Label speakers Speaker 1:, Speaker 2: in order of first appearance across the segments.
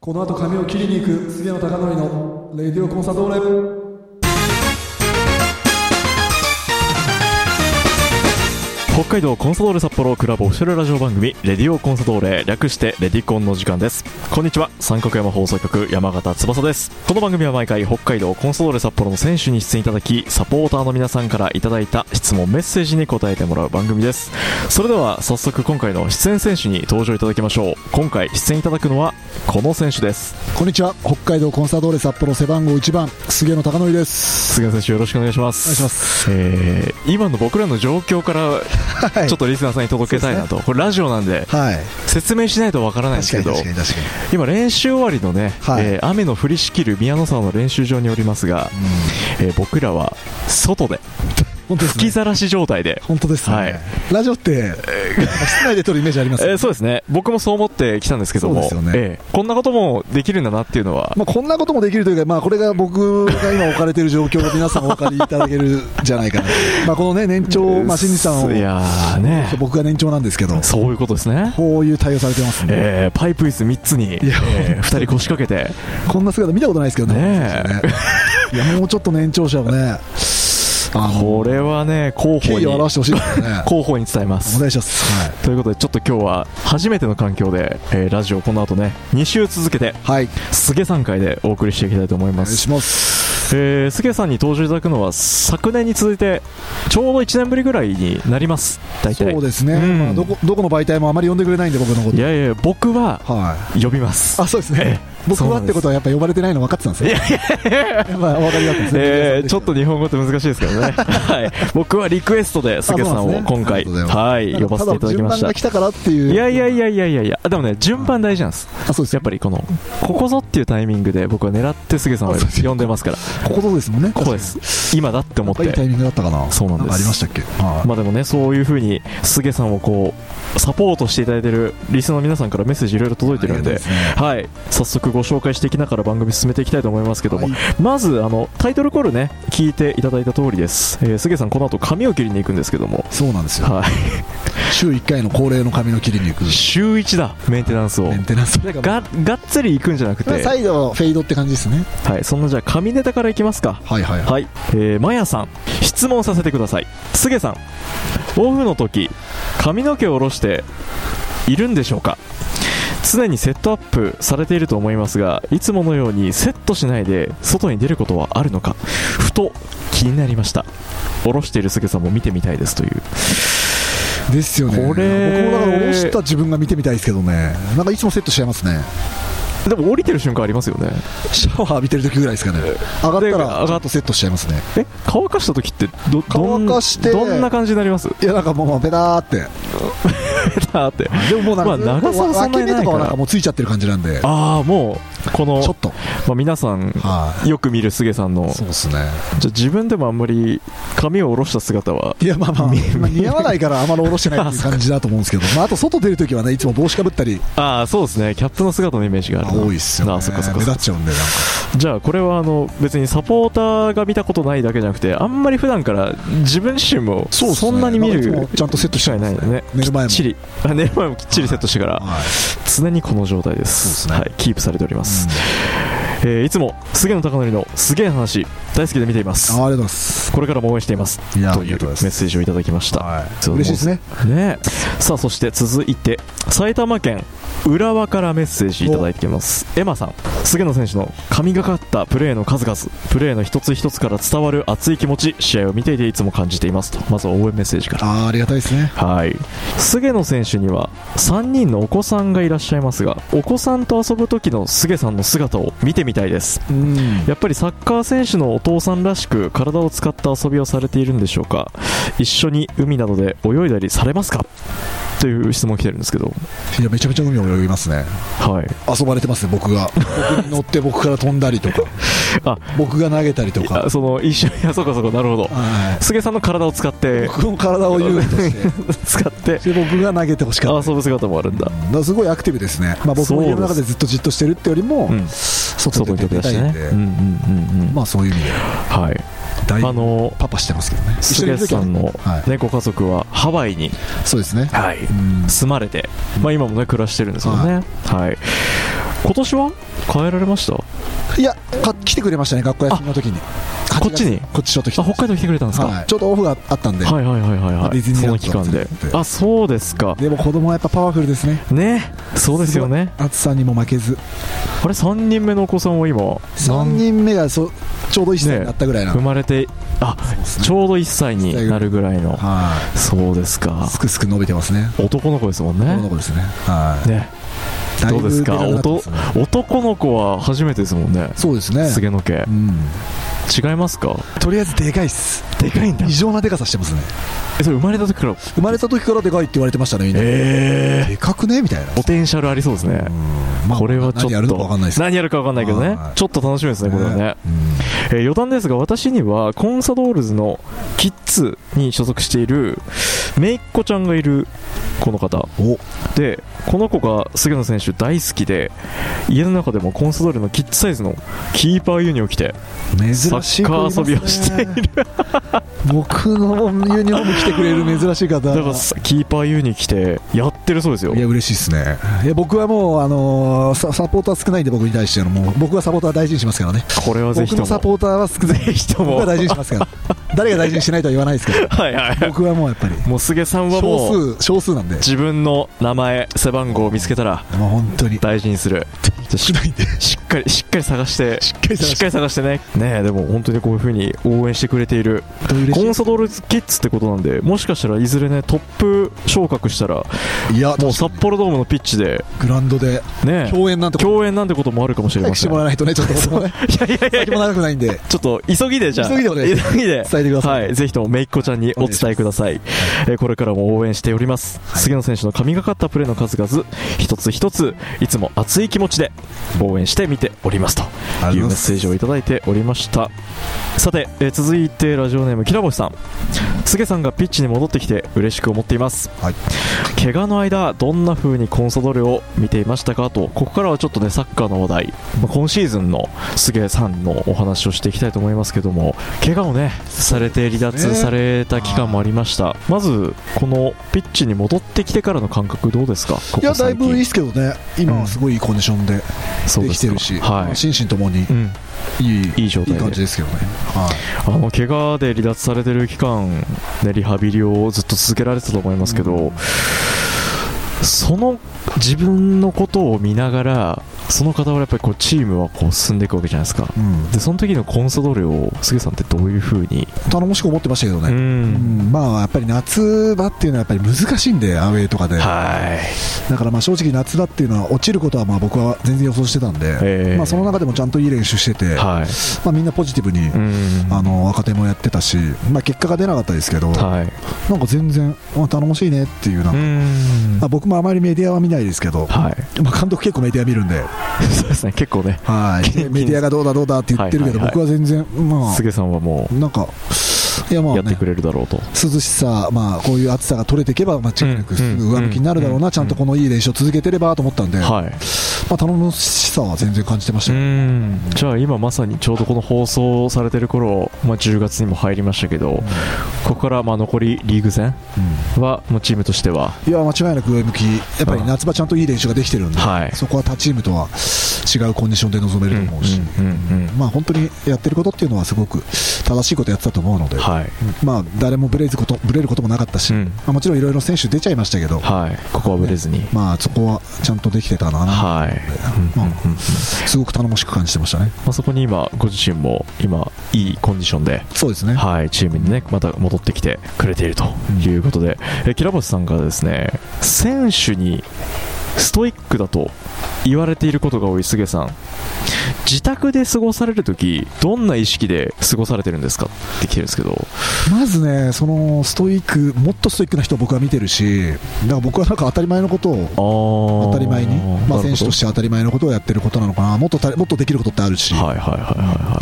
Speaker 1: この後髪を切りに行く菅野貴則のレディオコンサドーレ
Speaker 2: 北海道コンサドーレ札幌クラブオフィシャルラジオ番組「レディオコンサドーレ」略して「レディコン」の時間ですこんにちは三角山放送局山形翼ですこの番組は毎回北海道コンサドーレ札幌の選手に出演いただきサポーターの皆さんからいただいた質問メッセージに答えてもらう番組ですそれでは早速今回の出演選手に登場いただきましょう今回出演いただくのはこの選手です
Speaker 3: こんにちは北海道コンサドーレ札幌背番号1番菅野貴則です
Speaker 2: 菅選手よろしくお願いしま
Speaker 3: お
Speaker 2: す
Speaker 3: 願いします
Speaker 2: えー今の僕らの状況から
Speaker 3: はい
Speaker 2: ちょっとリスナーさんに届けたいなと、これラジオなんで
Speaker 3: はい
Speaker 2: 説明しないとわからないんです
Speaker 3: 確か
Speaker 2: け
Speaker 3: に
Speaker 2: ど
Speaker 3: 確かに確かに
Speaker 2: 今練習終わりのね、
Speaker 3: はい
Speaker 2: えー雨の降りしきる宮野沢の練習場におりますが、えー僕らは外で
Speaker 3: 本当です
Speaker 2: 吹き
Speaker 3: ね
Speaker 2: ざらし状態で、
Speaker 3: 本当ですね、
Speaker 2: はい
Speaker 3: ラジオって 室内で撮るイメージありますよね
Speaker 2: えーそうですね僕もそう思ってきたんですけども、
Speaker 3: そうですよね
Speaker 2: えーこんなこともできるんだなっていうのは、
Speaker 3: まあ、こんなこともできるというか、まあ、これが僕が今置かれている状況を皆さんお分かりいただけるんじゃない かなまあこのね年長、まあ、新次さん
Speaker 2: い
Speaker 3: を
Speaker 2: やーね
Speaker 3: 僕が年長なんですけど
Speaker 2: そういうことですね、
Speaker 3: こういう対応されてますね、
Speaker 2: えーパイプ椅子3つに、え
Speaker 3: いや
Speaker 2: 2人腰掛けて
Speaker 3: こんな姿見たことないですけどね
Speaker 2: ね
Speaker 3: いやもうちょっと年長者をねあの
Speaker 2: これはね広
Speaker 3: 敬
Speaker 2: 報
Speaker 3: 意
Speaker 2: に
Speaker 3: を表してほしいですよ ね
Speaker 2: 広報に伝えま
Speaker 3: お
Speaker 2: す
Speaker 3: 願いします、はい
Speaker 2: ということでちょっと今日は初めての環境で、えーラジオこの後ね2週続けて
Speaker 3: はい、
Speaker 2: すげさん会でお送りしていきたいと思い
Speaker 3: お
Speaker 2: ま
Speaker 3: 願い
Speaker 2: す
Speaker 3: します。
Speaker 2: えー、すげさんに登場いただくのは昨年に続いてちょうど1年ぶりぐらいになります大体
Speaker 3: そうですね、
Speaker 2: うん
Speaker 3: まあどこどこの媒体もあまり呼んでくれないんで、僕のこと。
Speaker 2: いやいや僕は
Speaker 3: はい。
Speaker 2: 呼びます
Speaker 3: あ、そうですね。僕はってことはやっぱ呼ばれてないの分かってたんですよ。 やっぱお分かりだったんですね。
Speaker 2: えー、ちょっと日本語って難しいですけ どね、はい、僕はリクエストで、すげさん
Speaker 3: あそうな
Speaker 2: を
Speaker 3: んですね
Speaker 2: 今
Speaker 3: あ
Speaker 2: 回、
Speaker 3: りがとうございますなん
Speaker 2: はい、呼
Speaker 3: か
Speaker 2: ばせていただきま
Speaker 3: だ順番
Speaker 2: した
Speaker 3: が。来たからっていう。
Speaker 2: いやいやいやいやいやいや、でもね、順番大事なんです、
Speaker 3: あ、そうです。
Speaker 2: やっぱりこの、ここぞっていうタイミングで、僕は狙ってすげさんを呼んでますから、
Speaker 3: こことですもんね。
Speaker 2: ここです、今だって思っ
Speaker 3: 確かに。やっぱいいタ
Speaker 2: て、
Speaker 3: イミングだったかな。
Speaker 2: そうなんです
Speaker 3: かありましたっけ。はい
Speaker 2: まあでもね、そういうふうに、すげさんをこう、サポートしていただいてるリスナーの皆さんからメッセージいろいろ届いてるん
Speaker 3: あり
Speaker 2: で
Speaker 3: がたいですね、
Speaker 2: はい、早速ご紹介していきながら番組進めていきたいと思いますけども、
Speaker 3: はい
Speaker 2: まずあの、タイトルコールね、聞いていただいた通りです。えー、すげさん、この後髪を切りに行くんですけども、
Speaker 3: そうなんですよ。
Speaker 2: はい、
Speaker 3: 週1回の恒例の髪の切りに行く。
Speaker 2: 週1だ、メンテナンスを
Speaker 3: メ。ンテナンス。が
Speaker 2: ががっつり行くんじゃなくて、
Speaker 3: 再度フェードって感じですね。
Speaker 2: はい、そんなじゃあ、髪ネタからいきますか。
Speaker 3: はいはいはい。
Speaker 2: はい、えー、まやさん、質問させてください。すげさん、オフの時、髪の毛を下ろしているんでしょうか常にセットアップされていると思いますが、いつものようにセットしないで外に出ることはあるのか、ふと気になりました。下ろしているすげさんも見てみたいですという。
Speaker 3: ですよね。
Speaker 2: これ
Speaker 3: 僕もだから、押した自分が見てみたいですけどね。なんかいつもセットしちゃいますね。
Speaker 2: でも降りてる瞬間ありますよね。
Speaker 3: シャワー浴びてる時ぐらいですかね。上がった
Speaker 2: で上が
Speaker 3: ら、ちょっとセットしちゃいますね。
Speaker 2: え、乾かした時ってど、どん
Speaker 3: 乾かして
Speaker 2: どんな感じになります
Speaker 3: いや、なんかもう、ペターって。
Speaker 2: だって。
Speaker 3: でももうなんかずっと、
Speaker 2: まあ長さはそんなに
Speaker 3: 脇
Speaker 2: な
Speaker 3: 目と
Speaker 2: いから
Speaker 3: かはなんかもうついちゃってる感じなんで、ち
Speaker 2: ああ、もう、この、
Speaker 3: ょっと。
Speaker 2: まあ、皆さん、
Speaker 3: はい。
Speaker 2: よく見るすげさんの
Speaker 3: そうですね。
Speaker 2: じゃあ自分でもあんまり髪を下ろした姿はい
Speaker 3: や、まあ まあ、まあ似合わないからあまり下ろしてないっていう感じだと思うん ですけど、まあ、あと外出るときはね、いつも帽子かぶったり、
Speaker 2: ああそうですねキャップの姿のイメージがあるな
Speaker 3: 多いっすよね。
Speaker 2: ああそっかそっか
Speaker 3: 目立っちゃうんで、なんか。
Speaker 2: じゃあこれはあの別にサポーターが見たことないだけじゃなくてあんまり普段から自分自身も
Speaker 3: そうっすね
Speaker 2: そんなに見
Speaker 3: なんかいつ
Speaker 2: る
Speaker 3: もちゃんとセットして
Speaker 2: な
Speaker 3: ま
Speaker 2: い
Speaker 3: す
Speaker 2: な
Speaker 3: ね
Speaker 2: いよね
Speaker 3: 寝る前も
Speaker 2: きっちりあ寝る前もきっちりセットしてから
Speaker 3: はい。
Speaker 2: 常にこの状態です
Speaker 3: そうです
Speaker 2: はい、キープされております、えーいつも菅野貴則のすげえ話大好きで見ています
Speaker 3: あありがとうございます。
Speaker 2: これからも応援しています
Speaker 3: いや
Speaker 2: というメッセージをいただきました、
Speaker 3: はい。嬉しいですね。
Speaker 2: ねさあそして続いて埼玉県浦和からメッセージいただいてますエマさん菅野選手の神がかったプレーの数々プレーの一つ一つから伝わる熱い気持ち試合を見ていていつも感じていますとまずは応援メッセージから
Speaker 3: ああ、ありがたいですね。
Speaker 2: はい菅野選手には3人のお子さんがいらっしゃいますがお子さんと遊ぶ時の菅さんの姿を見てみたいです
Speaker 3: うん。
Speaker 2: やっぱりサッカー選手のお父さんらしく体を使った遊びをされているんでしょうか一緒に海などで泳いだりされますかという質問来てるんですけど
Speaker 3: いや、めちゃめちゃ海を泳ぎますね。
Speaker 2: はい
Speaker 3: 遊ばれてますね、 僕が。僕に乗って僕から飛んだりとか、
Speaker 2: あ
Speaker 3: 僕が投げたりとか
Speaker 2: あ。その一緒にあそうかそうかなるほど
Speaker 3: はい。
Speaker 2: 菅さんの体を使って
Speaker 3: 僕の体を優位として
Speaker 2: 使って
Speaker 3: で僕が投げてほしかった
Speaker 2: 遊ぶ姿もあるんだ
Speaker 3: だからすごいアクティブですね、まあ、僕
Speaker 2: そう
Speaker 3: も
Speaker 2: です
Speaker 3: 家の中でずっとじっとしてるってよりも、
Speaker 2: うん
Speaker 3: 外に出てみた
Speaker 2: 外に飛び出して
Speaker 3: いん
Speaker 2: ね
Speaker 3: で、
Speaker 2: うんうんうんうん
Speaker 3: まあ、そういう意味で
Speaker 2: はい
Speaker 3: だい
Speaker 2: あ
Speaker 3: ぶ
Speaker 2: の
Speaker 3: パパしてますけどね一緒にいる
Speaker 2: 菅
Speaker 3: 時
Speaker 2: さ
Speaker 3: は
Speaker 2: ん
Speaker 3: ね
Speaker 2: の
Speaker 3: はい、
Speaker 2: ねご家族はハワイに
Speaker 3: そうですね、
Speaker 2: はい
Speaker 3: うん
Speaker 2: 住まれて、まあ、今もね暮らしてるんですよね、はい今年は変えられました
Speaker 3: いやか来てくれましたね学校休みの時に
Speaker 2: こっちに
Speaker 3: こっちちょっと来て
Speaker 2: あ北海道来てくれたんですか、
Speaker 3: はいちょっとオフがあったんで、
Speaker 2: はいはいはいはいは
Speaker 3: デ
Speaker 2: い
Speaker 3: ィズニ
Speaker 2: そ
Speaker 3: ーラ
Speaker 2: の
Speaker 3: ンド
Speaker 2: 期間で
Speaker 3: だって
Speaker 2: あそうですか
Speaker 3: でも子供はやっぱパワフルですね
Speaker 2: ねそうですよね
Speaker 3: 暑さにも負けず
Speaker 2: あれ3人目のお子さんは今
Speaker 3: 3人目がそちょうど1歳になったぐらいな、
Speaker 2: 生まれてあちょうど1歳になるぐらいの
Speaker 3: は
Speaker 2: そうです
Speaker 3: い
Speaker 2: か
Speaker 3: すくすく伸びてますね
Speaker 2: 男の子ですもんね
Speaker 3: 男の子ですねはい
Speaker 2: ね
Speaker 3: だいぶ
Speaker 2: どうですか
Speaker 3: ベラになってますね
Speaker 2: 男の子は初めてですもんね
Speaker 3: そうですね
Speaker 2: 菅野家
Speaker 3: うん
Speaker 2: 違いますか
Speaker 3: とりあえずでかいっす
Speaker 2: でかいんだ
Speaker 3: 異常なでかさしてますね
Speaker 2: えそれ生まれた時から
Speaker 3: 生まれた時からでかいって言われてましたねみんな
Speaker 2: ええ
Speaker 3: でかくねみたいな
Speaker 2: ポテンシャルありそうですね
Speaker 3: うんまあ
Speaker 2: これはちょ
Speaker 3: 何
Speaker 2: っと
Speaker 3: やるのか分かんないですけ
Speaker 2: 何やるか分かんないけどね
Speaker 3: はい
Speaker 2: ちょっと楽しみですねこれはね
Speaker 3: どうん
Speaker 2: えー余談ですが私にはコンサドールズのキッズに所属しているめいっ子ちゃんがいるこの方
Speaker 3: お
Speaker 2: でこの子が菅野選手大好きで家の中でもコンサドールのキッズサイズのキーパーユニを着て
Speaker 3: 珍
Speaker 2: サ
Speaker 3: しい
Speaker 2: ッカー遊びをしている
Speaker 3: 僕のユニフォーム着てくれる珍しい方
Speaker 2: だからキーパーユニ着てやってるそうですよ
Speaker 3: いや嬉しいですねいや僕はもう、あのーササポーター少ないんで僕に対してのもう僕はサポーター大事にしますからね
Speaker 2: これはぜ
Speaker 3: 僕
Speaker 2: ひと
Speaker 3: の
Speaker 2: も
Speaker 3: サ
Speaker 2: ぜ
Speaker 3: ポーターは少ない
Speaker 2: ひと
Speaker 3: 僕
Speaker 2: も
Speaker 3: は
Speaker 2: は
Speaker 3: 大
Speaker 2: い
Speaker 3: 事にしますから誰が大事にしないとは言わないですけ ど
Speaker 2: はいはい
Speaker 3: 僕はもうやっぱり
Speaker 2: もう菅さんはもう
Speaker 3: 少数少数なんで
Speaker 2: 自分の名前背番号を見つけたら
Speaker 3: もう本当に
Speaker 2: 大事に する
Speaker 3: 少ないんで
Speaker 2: しっかりしっかり探して
Speaker 3: しっかり
Speaker 2: しっ
Speaker 3: 探
Speaker 2: かり探してねねえでも本当にこういう風に応援してくれている
Speaker 3: して
Speaker 2: コンサドールキッズってことなんでもしかしたらいずれねトップ昇格したら
Speaker 3: いや
Speaker 2: も
Speaker 3: も
Speaker 2: う
Speaker 3: う
Speaker 2: 札幌ドームのピッチで
Speaker 3: グラウンドで
Speaker 2: ね
Speaker 3: 共演なんてこと
Speaker 2: 共演なんてこともあるかもしれ
Speaker 3: 早
Speaker 2: ま
Speaker 3: くし
Speaker 2: せ
Speaker 3: て
Speaker 2: ん
Speaker 3: も ら
Speaker 2: い
Speaker 3: わないとねちょっと僕 もね
Speaker 2: やいやいや
Speaker 3: 先も長くないんで
Speaker 2: ちょっと急ぎでじゃあ
Speaker 3: 急ぎでお願いしま
Speaker 2: 急ぎで
Speaker 3: 伝えてください、
Speaker 2: はい、ぜひともめいっ子ちゃんにお伝えくださいえーこれからも応援しております、杉野選手の神がかったプレーの数々一つ一ついつも熱い気持ちで応援してみておりますと
Speaker 3: ありが
Speaker 2: いう
Speaker 3: とうござい
Speaker 2: メ
Speaker 3: ま
Speaker 2: ッ
Speaker 3: す
Speaker 2: セージをいただいておりましたさて、えー続いてラジオネームきらぼしさん菅さんがピッチに戻ってきて嬉しく思っています、
Speaker 3: はい
Speaker 2: 怪我の間どんな風にコンソドルを見ていましたかとここからはちょっとねサッカーの話題、まあ今シーズンの菅さんのお話をしていきたいと思いますけども怪我をねされて離脱された期間もありました、まずこのピッチに戻ってきてからの感覚どうですかここ
Speaker 3: いやだい
Speaker 2: 最
Speaker 3: ぶ
Speaker 2: 近
Speaker 3: いいですけどね今はすごいいいコンディションで
Speaker 2: そう
Speaker 3: で
Speaker 2: で
Speaker 3: き
Speaker 2: す
Speaker 3: て
Speaker 2: か
Speaker 3: るし、
Speaker 2: はい
Speaker 3: 心身ともに
Speaker 2: うん、
Speaker 3: いい
Speaker 2: いい状態
Speaker 3: いい
Speaker 2: で
Speaker 3: 感じですけどね、はい
Speaker 2: あの怪我で離脱されてる期間、ね、リハビリをずっと続けられてたと思いますけど、その自分のことを見ながらその方はやっぱりこうチームはこう進んでいくわけじゃないですか
Speaker 3: うん、
Speaker 2: でその時のコンサドーレを杉さんってどういうふうに、
Speaker 3: 頼もしく思ってましたけど
Speaker 2: う
Speaker 3: ね、うん
Speaker 2: ん
Speaker 3: まあやっぱり夏場っていうのはやっぱり難しいんで、アウェーとかで、
Speaker 2: はい、
Speaker 3: だからまあ正直、夏場っていうのは落ちることはまあ僕は全然予想してたんで、
Speaker 2: えー
Speaker 3: まあ、その中でもちゃんといい練習してて、
Speaker 2: はい
Speaker 3: まあ、みんなポジティブに、
Speaker 2: うん
Speaker 3: あの若手もやってたし、まあ、結果が出なかったですけど、
Speaker 2: はい
Speaker 3: なんか全然、まあ、頼もしいねっていうな、
Speaker 2: うん
Speaker 3: まあ、僕もあまりメディアは見ないですけど、
Speaker 2: はい
Speaker 3: まあ、監督結構メディア見るんで、
Speaker 2: そうですね結構ね
Speaker 3: はい、
Speaker 2: 気に
Speaker 3: メディアがどうだどうだって言ってるけど、
Speaker 2: はいはい
Speaker 3: 僕は全然、まあ、
Speaker 2: 杉さんはも
Speaker 3: なんか、いやま
Speaker 2: う
Speaker 3: あ
Speaker 2: やって
Speaker 3: ね、
Speaker 2: くれるだろうと、
Speaker 3: 涼しさ、まあ、こういう暑さが取れていけば間違いな
Speaker 2: う
Speaker 3: く
Speaker 2: ん
Speaker 3: すぐ上向きになるだろう
Speaker 2: うん
Speaker 3: な、ちゃんとこのいい練習を続けてればと思ったんで、ま
Speaker 2: はい
Speaker 3: あ、頼もしさは全然感じてまし
Speaker 2: う
Speaker 3: たよ
Speaker 2: んじゃあ今まさにちょうどこの放送されてる頃、まあ、10月にも入りましたけど、ここからまあ残りリーグ戦はもうチームとしてはい
Speaker 3: や間違いなく上向き、やっぱり夏場、ちゃんといい練習ができてるんで、
Speaker 2: はい
Speaker 3: そこは他チームとは違うコンディションで臨めると思うし、
Speaker 2: うんうんうん
Speaker 3: まあ、本当にやってることっていうのは、すごく正しいことやってたと思うので、
Speaker 2: はい、
Speaker 3: まあ、誰もぶれずことぶれることもなかったし、
Speaker 2: うん
Speaker 3: まあ、もちろんいろいろ選手出ちゃいましたけど、
Speaker 2: はい、ここはぶれずに、
Speaker 3: まあ、そこはちゃんとできてたな、
Speaker 2: はい、うんうんうんま
Speaker 3: すごく頼もしく感じてましたね。
Speaker 2: あ、そこに今ご自身も今いいコンディションで
Speaker 3: そうですね
Speaker 2: はい、チームにね、また戻ってきてくれているということで、えキラボスさんからですね、選手にストイックだと言われていることが多い菅さん、自宅で過ごされるとき、どんな意識で過ごされてるんですかって来てるんですけど、
Speaker 3: まずね、そのストイック、もっとストイックな人を僕は見てるし、だから僕はなんか当たり前のことを、当た
Speaker 2: 当。
Speaker 3: り前に、まあ、選手としてて当たり前のことをやってることなのかな、もっとたもっとできることってあるし、
Speaker 2: はいはいはいはいは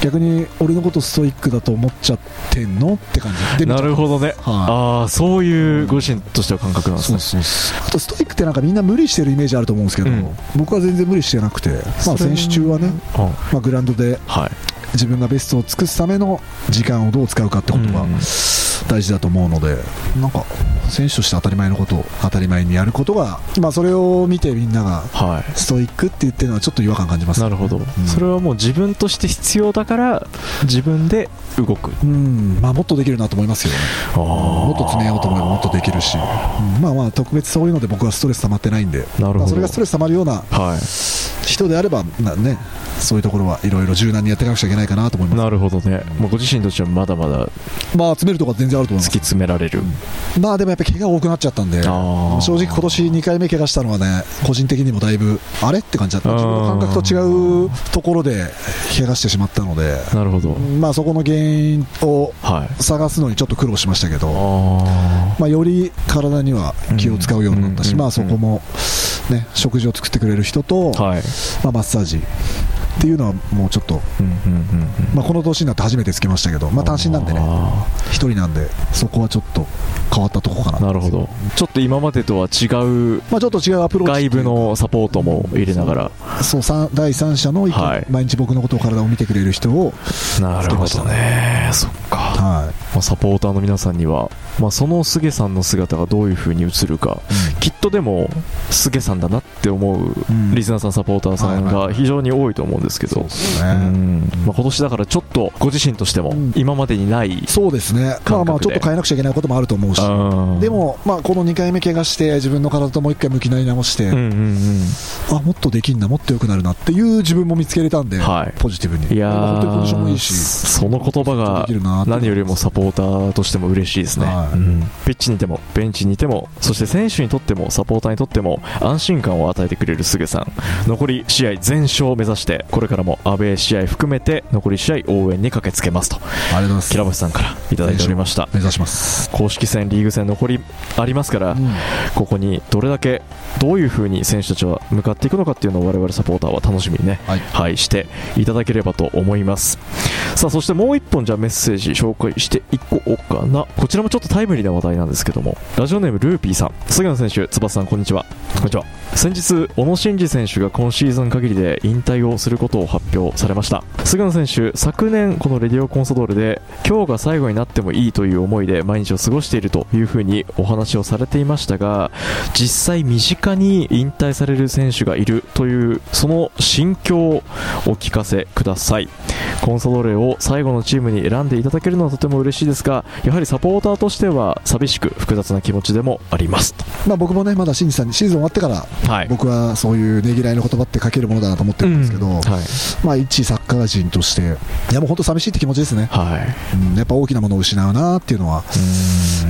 Speaker 3: 逆に俺のことストイックだと思っちゃってんのって感じで、
Speaker 2: い。なるほどね。
Speaker 3: は
Speaker 2: ああ、そういうご自身としては感覚なん
Speaker 3: い、
Speaker 2: です
Speaker 3: そう
Speaker 2: ね。
Speaker 3: そうそうあとストイックってなんかみんな無理してるイメージあると思うんですけど、
Speaker 2: うん
Speaker 3: 僕は全然無理してなくて、まあ、
Speaker 2: それ
Speaker 3: 選手中はね、
Speaker 2: うん
Speaker 3: まあ、グラウンドで
Speaker 2: はい。
Speaker 3: 自分がベストを尽くすための時間をどう使うかってことが
Speaker 2: うん
Speaker 3: 大事だと思うので、なんか選手として当たり前のことを当たり前にやることが、まあ、それを見てみんなが
Speaker 2: は
Speaker 3: ストイックって言ってるのはちょっと違和感感じま
Speaker 2: い
Speaker 3: す
Speaker 2: なるほど、
Speaker 3: ん
Speaker 2: それはもう自分として必要だから自分で動く
Speaker 3: うんまあ、もっとできるなと思いますよ、も
Speaker 2: も
Speaker 3: っと詰めようと思えばもっとできるし、うんまあまあ特別そういうので僕はストレス溜まってないんで、
Speaker 2: な
Speaker 3: ま
Speaker 2: るほ
Speaker 3: あ、
Speaker 2: ど
Speaker 3: それがストレス溜まるような
Speaker 2: はい
Speaker 3: 人であれば、なね、そういうところはいろいろ柔軟にやっていかなくちゃいけないかなと思いま
Speaker 2: なるほどね、まあ、ご自身としてはまだまだ突
Speaker 3: す、まあ、詰めるとこは全然あると思い
Speaker 2: き詰められる、
Speaker 3: ます、まあ、でもやっぱ怪我多くなっちゃったんで、正
Speaker 2: あー
Speaker 3: 直、今年2回目怪我したのはね、個人的にもだいぶ、あれって感じだった、
Speaker 2: あー
Speaker 3: 自分の感覚と違うところで怪我してしまったので、
Speaker 2: なるほど、
Speaker 3: まあ、そこの原因を
Speaker 2: はい
Speaker 3: 探すのにちょっと苦労しましたけど。
Speaker 2: あ
Speaker 3: まあ、より体には気を使うようになったし、
Speaker 2: うん
Speaker 3: まあ、そこも、ね、食事を作ってくれる人と、
Speaker 2: あはい、
Speaker 3: まあ、マッサージっていうのはもうちょっと、
Speaker 2: うんうんうんうん
Speaker 3: まあ、この年になって初めてつけましたけど、まあ、単身なんでね
Speaker 2: あ
Speaker 3: 一人なんでそこはちょっと変わったとこかな
Speaker 2: ーなるほどちょっと今までとは違う
Speaker 3: まあ、ちょっと違うアプローチ
Speaker 2: 外部のサポートも入れながら
Speaker 3: そうさん第三者の意見、
Speaker 2: はい
Speaker 3: 毎日僕のことを体を見てくれる人を、
Speaker 2: なるほどねそっか、
Speaker 3: は
Speaker 2: まあ、サポーターの皆さんには、まあ、その菅さんの姿がどういう風に映るかきっとでも菅さんだなって思う
Speaker 3: いうん
Speaker 2: リスナーさんサポーターさん
Speaker 3: はいはい
Speaker 2: が非常に多いと思うんですけど、
Speaker 3: そう
Speaker 2: う
Speaker 3: ね
Speaker 2: んまあ、今年だからちょっとご自身としても
Speaker 3: うん
Speaker 2: 今までにない、
Speaker 3: そうですね、
Speaker 2: 覚で
Speaker 3: まあ、まあちょっと変えなくちゃいけないこともあると思うし、
Speaker 2: うん
Speaker 3: で、も、まあ、この2回目怪我して自分の体ともう1回向き合い直して、
Speaker 2: うんうんうん、
Speaker 3: あもっとできんなもっと良くなるなっていう自分も見つけれたんで、
Speaker 2: はい
Speaker 3: ポジティブに
Speaker 2: いやー
Speaker 3: 本当にポジションもいいし
Speaker 2: その言葉が
Speaker 3: できるなって
Speaker 2: 何よりもサポーターとしても嬉しいですね、
Speaker 3: はい
Speaker 2: うんピッチにいてもベンチにいてもそして選手にとってもサポーターにとっても安心感を与えてくれる菅さん残り試合全勝を目指してこれからも安倍試合含めて残り試合応援に駆けつけますと
Speaker 3: ありがとうございます
Speaker 2: 平星さんからいただいておりました
Speaker 3: 目指します、
Speaker 2: 公式戦リーグ戦残りありますから、
Speaker 3: うん
Speaker 2: ここにどれだけどういうふうに選手たちは向かっていくのかっていうのを我々サポーターは楽しみにね、
Speaker 3: はい
Speaker 2: していただければと思いますさあそしてもう一本じゃあメッセージ紹介していこうかなこちらもちょっとタイムリーな話題なんですけどもラジオネームルーピーさん菅野選手翼さんこんにちはこんにちは先日小野伸二選手が今シーズン限りで引退をすることを発表されました菅野選手昨年このレディオコンソドールで今日が最後になってもいいという思いで毎日を過ごしているというふうにお話をされていましたが実際身近に引退される選手がいるというその心境をお聞かせくださいコンソドーレを最後のチームに選んでいただけるのはとても嬉しいですがやはりサポーターとしては寂しく複雑な気持ちでもありますと
Speaker 3: まあ、僕もねまだ新二さんにシーズン終わってから
Speaker 2: はい
Speaker 3: 僕はそういうねぎらいの言葉って書けるものだなと思ってるんですけど、
Speaker 2: うんはい、
Speaker 3: まあ、一サッカー人としていやもう本当寂しいって気持ちですね、
Speaker 2: はい、
Speaker 3: うんやっぱ大きなものを失うなっていうのは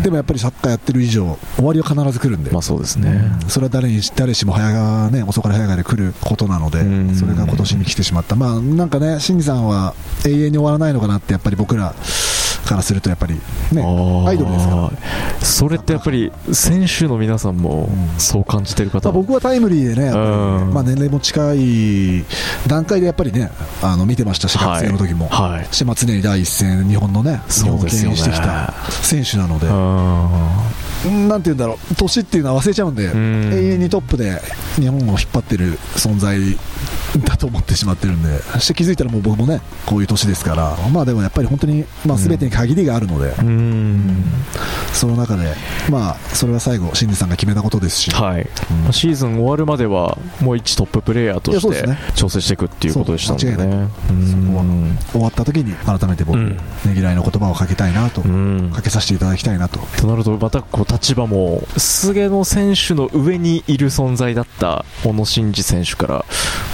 Speaker 3: でもやっぱりサッカーやってる以上終わりは必ず来るんで、
Speaker 2: まあそうですね、
Speaker 3: それは誰にし誰しも早が、ね、遅かれ早がれ来ることなので
Speaker 2: うん、
Speaker 3: それが今年に来てしまった、まあ、なんかね、新二さんは永遠に終わらないのかなって、やっぱり僕らからすると、やっぱりね、
Speaker 2: あー
Speaker 3: アイドルですか
Speaker 2: それってやっぱり選手の皆さんも
Speaker 3: うん
Speaker 2: そう感じてる
Speaker 3: ま
Speaker 2: 方
Speaker 3: あ、僕はタイムリーでね、やっぱり
Speaker 2: うん
Speaker 3: まあ、年齢も近い段階でやっぱりね、あの見てましたし、学
Speaker 2: はい
Speaker 3: 生の時も。
Speaker 2: はい
Speaker 3: してまあ常に第一線、日本のね、日本を牽引してきた選手なので、
Speaker 2: う
Speaker 3: うんなんて言うんだろう、年っていうのは忘れちゃうんで、
Speaker 2: ん
Speaker 3: 永遠にトップで日本を引っ張ってる存在だと思ってしまってるんで、そして気づいたらもう僕もね、こういう年ですから、まあでもやっぱり本当に、まあ、全てに限りがあるので、
Speaker 2: うん
Speaker 3: その中で、まあ、それは最後、新司さんが決めたことですし、
Speaker 2: はい
Speaker 3: うん
Speaker 2: シーズン終わるまではもう一トッププレーヤーとし
Speaker 3: いやそう
Speaker 2: て
Speaker 3: ですね
Speaker 2: 調整していくっていうことでしたもん
Speaker 3: そ
Speaker 2: ね
Speaker 3: う間違い
Speaker 2: うん
Speaker 3: 終わった時に改めて僕、
Speaker 2: うん
Speaker 3: ねぎらいの言葉をかけたいなと、
Speaker 2: うん
Speaker 3: かけさせていただきたいなと、
Speaker 2: となるとまたこう立場も菅野選手の上にいる存在だった小野伸二選手から、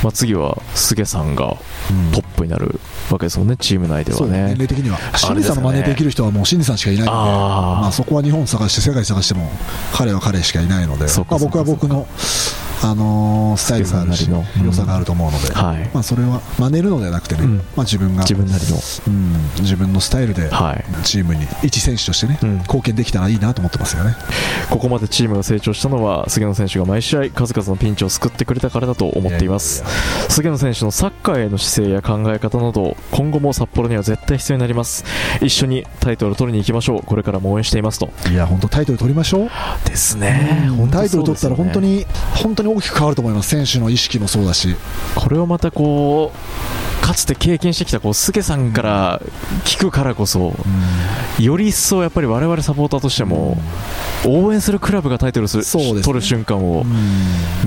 Speaker 2: まあ、次は菅さんが
Speaker 3: うん
Speaker 2: トップになるわけですもんねチーム内では
Speaker 3: そう年
Speaker 2: ね
Speaker 3: 齢的には、
Speaker 2: あ
Speaker 3: 新
Speaker 2: れで
Speaker 3: 司さ
Speaker 2: すよね
Speaker 3: んの真似できる人はもう新司さんしかいないので、
Speaker 2: あー
Speaker 3: まあ、そこは日本探して、世界探しても、彼は彼しかいないので、
Speaker 2: そうか
Speaker 3: まあ、僕は
Speaker 2: そうか
Speaker 3: 僕の、あのースタイルがあるし、
Speaker 2: 自分なりのうん
Speaker 3: 良さがあると思うので、
Speaker 2: はい
Speaker 3: まあ、それは真似るのではなくてね、
Speaker 2: うん
Speaker 3: まあ、自分が
Speaker 2: 自分なりの
Speaker 3: うん自分のスタイルで、
Speaker 2: はい
Speaker 3: チームに、一選手としてね、
Speaker 2: うん
Speaker 3: 貢献できたらいいなと思ってますよね。
Speaker 2: ここまでチームが成長したのは菅野選手が毎試合数々のピンチを救ってくれたからだと思っています菅野選手のサッカーへの姿勢や考え方など今後も札幌には絶対必要になります一緒にタイトルを取りに行きましょうこれからも応援していますと
Speaker 3: いや、本当、タイトル取りましょう。
Speaker 2: ですね
Speaker 3: タイトル取ったら本当に、本当に大きく変わると思います、選手の意識もそうだし、
Speaker 2: これをまたこうかつて経験してきたこう菅さんから聞くからこそより一層やっぱり我々サポーターとしても応援するクラブがタイトルする、
Speaker 3: そうですね
Speaker 2: 取る瞬間を
Speaker 3: うん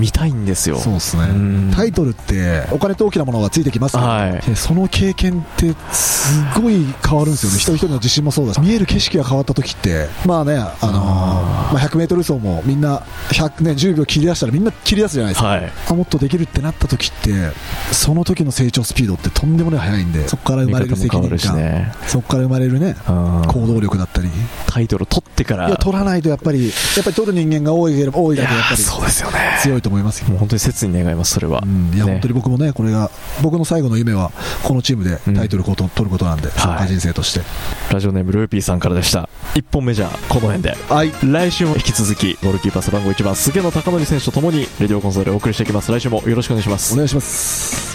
Speaker 2: 見たいんですよ。
Speaker 3: そうですね、
Speaker 2: うん
Speaker 3: タイトルってお金と大きなものがついてきますけど、
Speaker 2: はい
Speaker 3: でその経験ってすごい変わるんですよね、一人一人の自信もそうだし、見える景色が変わった時って、まあね、あのーまあ、100m 走もみんな100、ね、10秒切り出したらみんな切り出すじゃないですか、
Speaker 2: はい、
Speaker 3: あもっとできるってなった時って、その時の成長スピードってとんでもない速いんで、そこから生
Speaker 2: 見
Speaker 3: まれ
Speaker 2: 方
Speaker 3: る
Speaker 2: も
Speaker 3: 責
Speaker 2: 変わ
Speaker 3: 任
Speaker 2: るし
Speaker 3: 感、
Speaker 2: ね。
Speaker 3: そこから生まれるね、
Speaker 2: うん
Speaker 3: 行動力だったり、い
Speaker 2: タイトル取ってから。
Speaker 3: や取らないとやっぱり、やっぱり取る人間が多いければ多いだけ、やっぱ
Speaker 2: いやー
Speaker 3: り
Speaker 2: そうですよね。
Speaker 3: 強いと思いますよ
Speaker 2: もう本当に切に願います、それは。
Speaker 3: うんいや
Speaker 2: ね
Speaker 3: 本当に僕もね、これが僕の最後の夢はこのチームでタイトルをと取ることなんで、サッカー人生として。
Speaker 2: ラジオネームルーピーさんからでした。1本目じゃあ、この辺で。
Speaker 3: はい、
Speaker 2: 来週も引き続き、ゴールキーパー背番号1番、菅野貴則選手とともに、レディオコンソールをお送りしていきます。来週もよろしくお願いします
Speaker 3: お。願いします。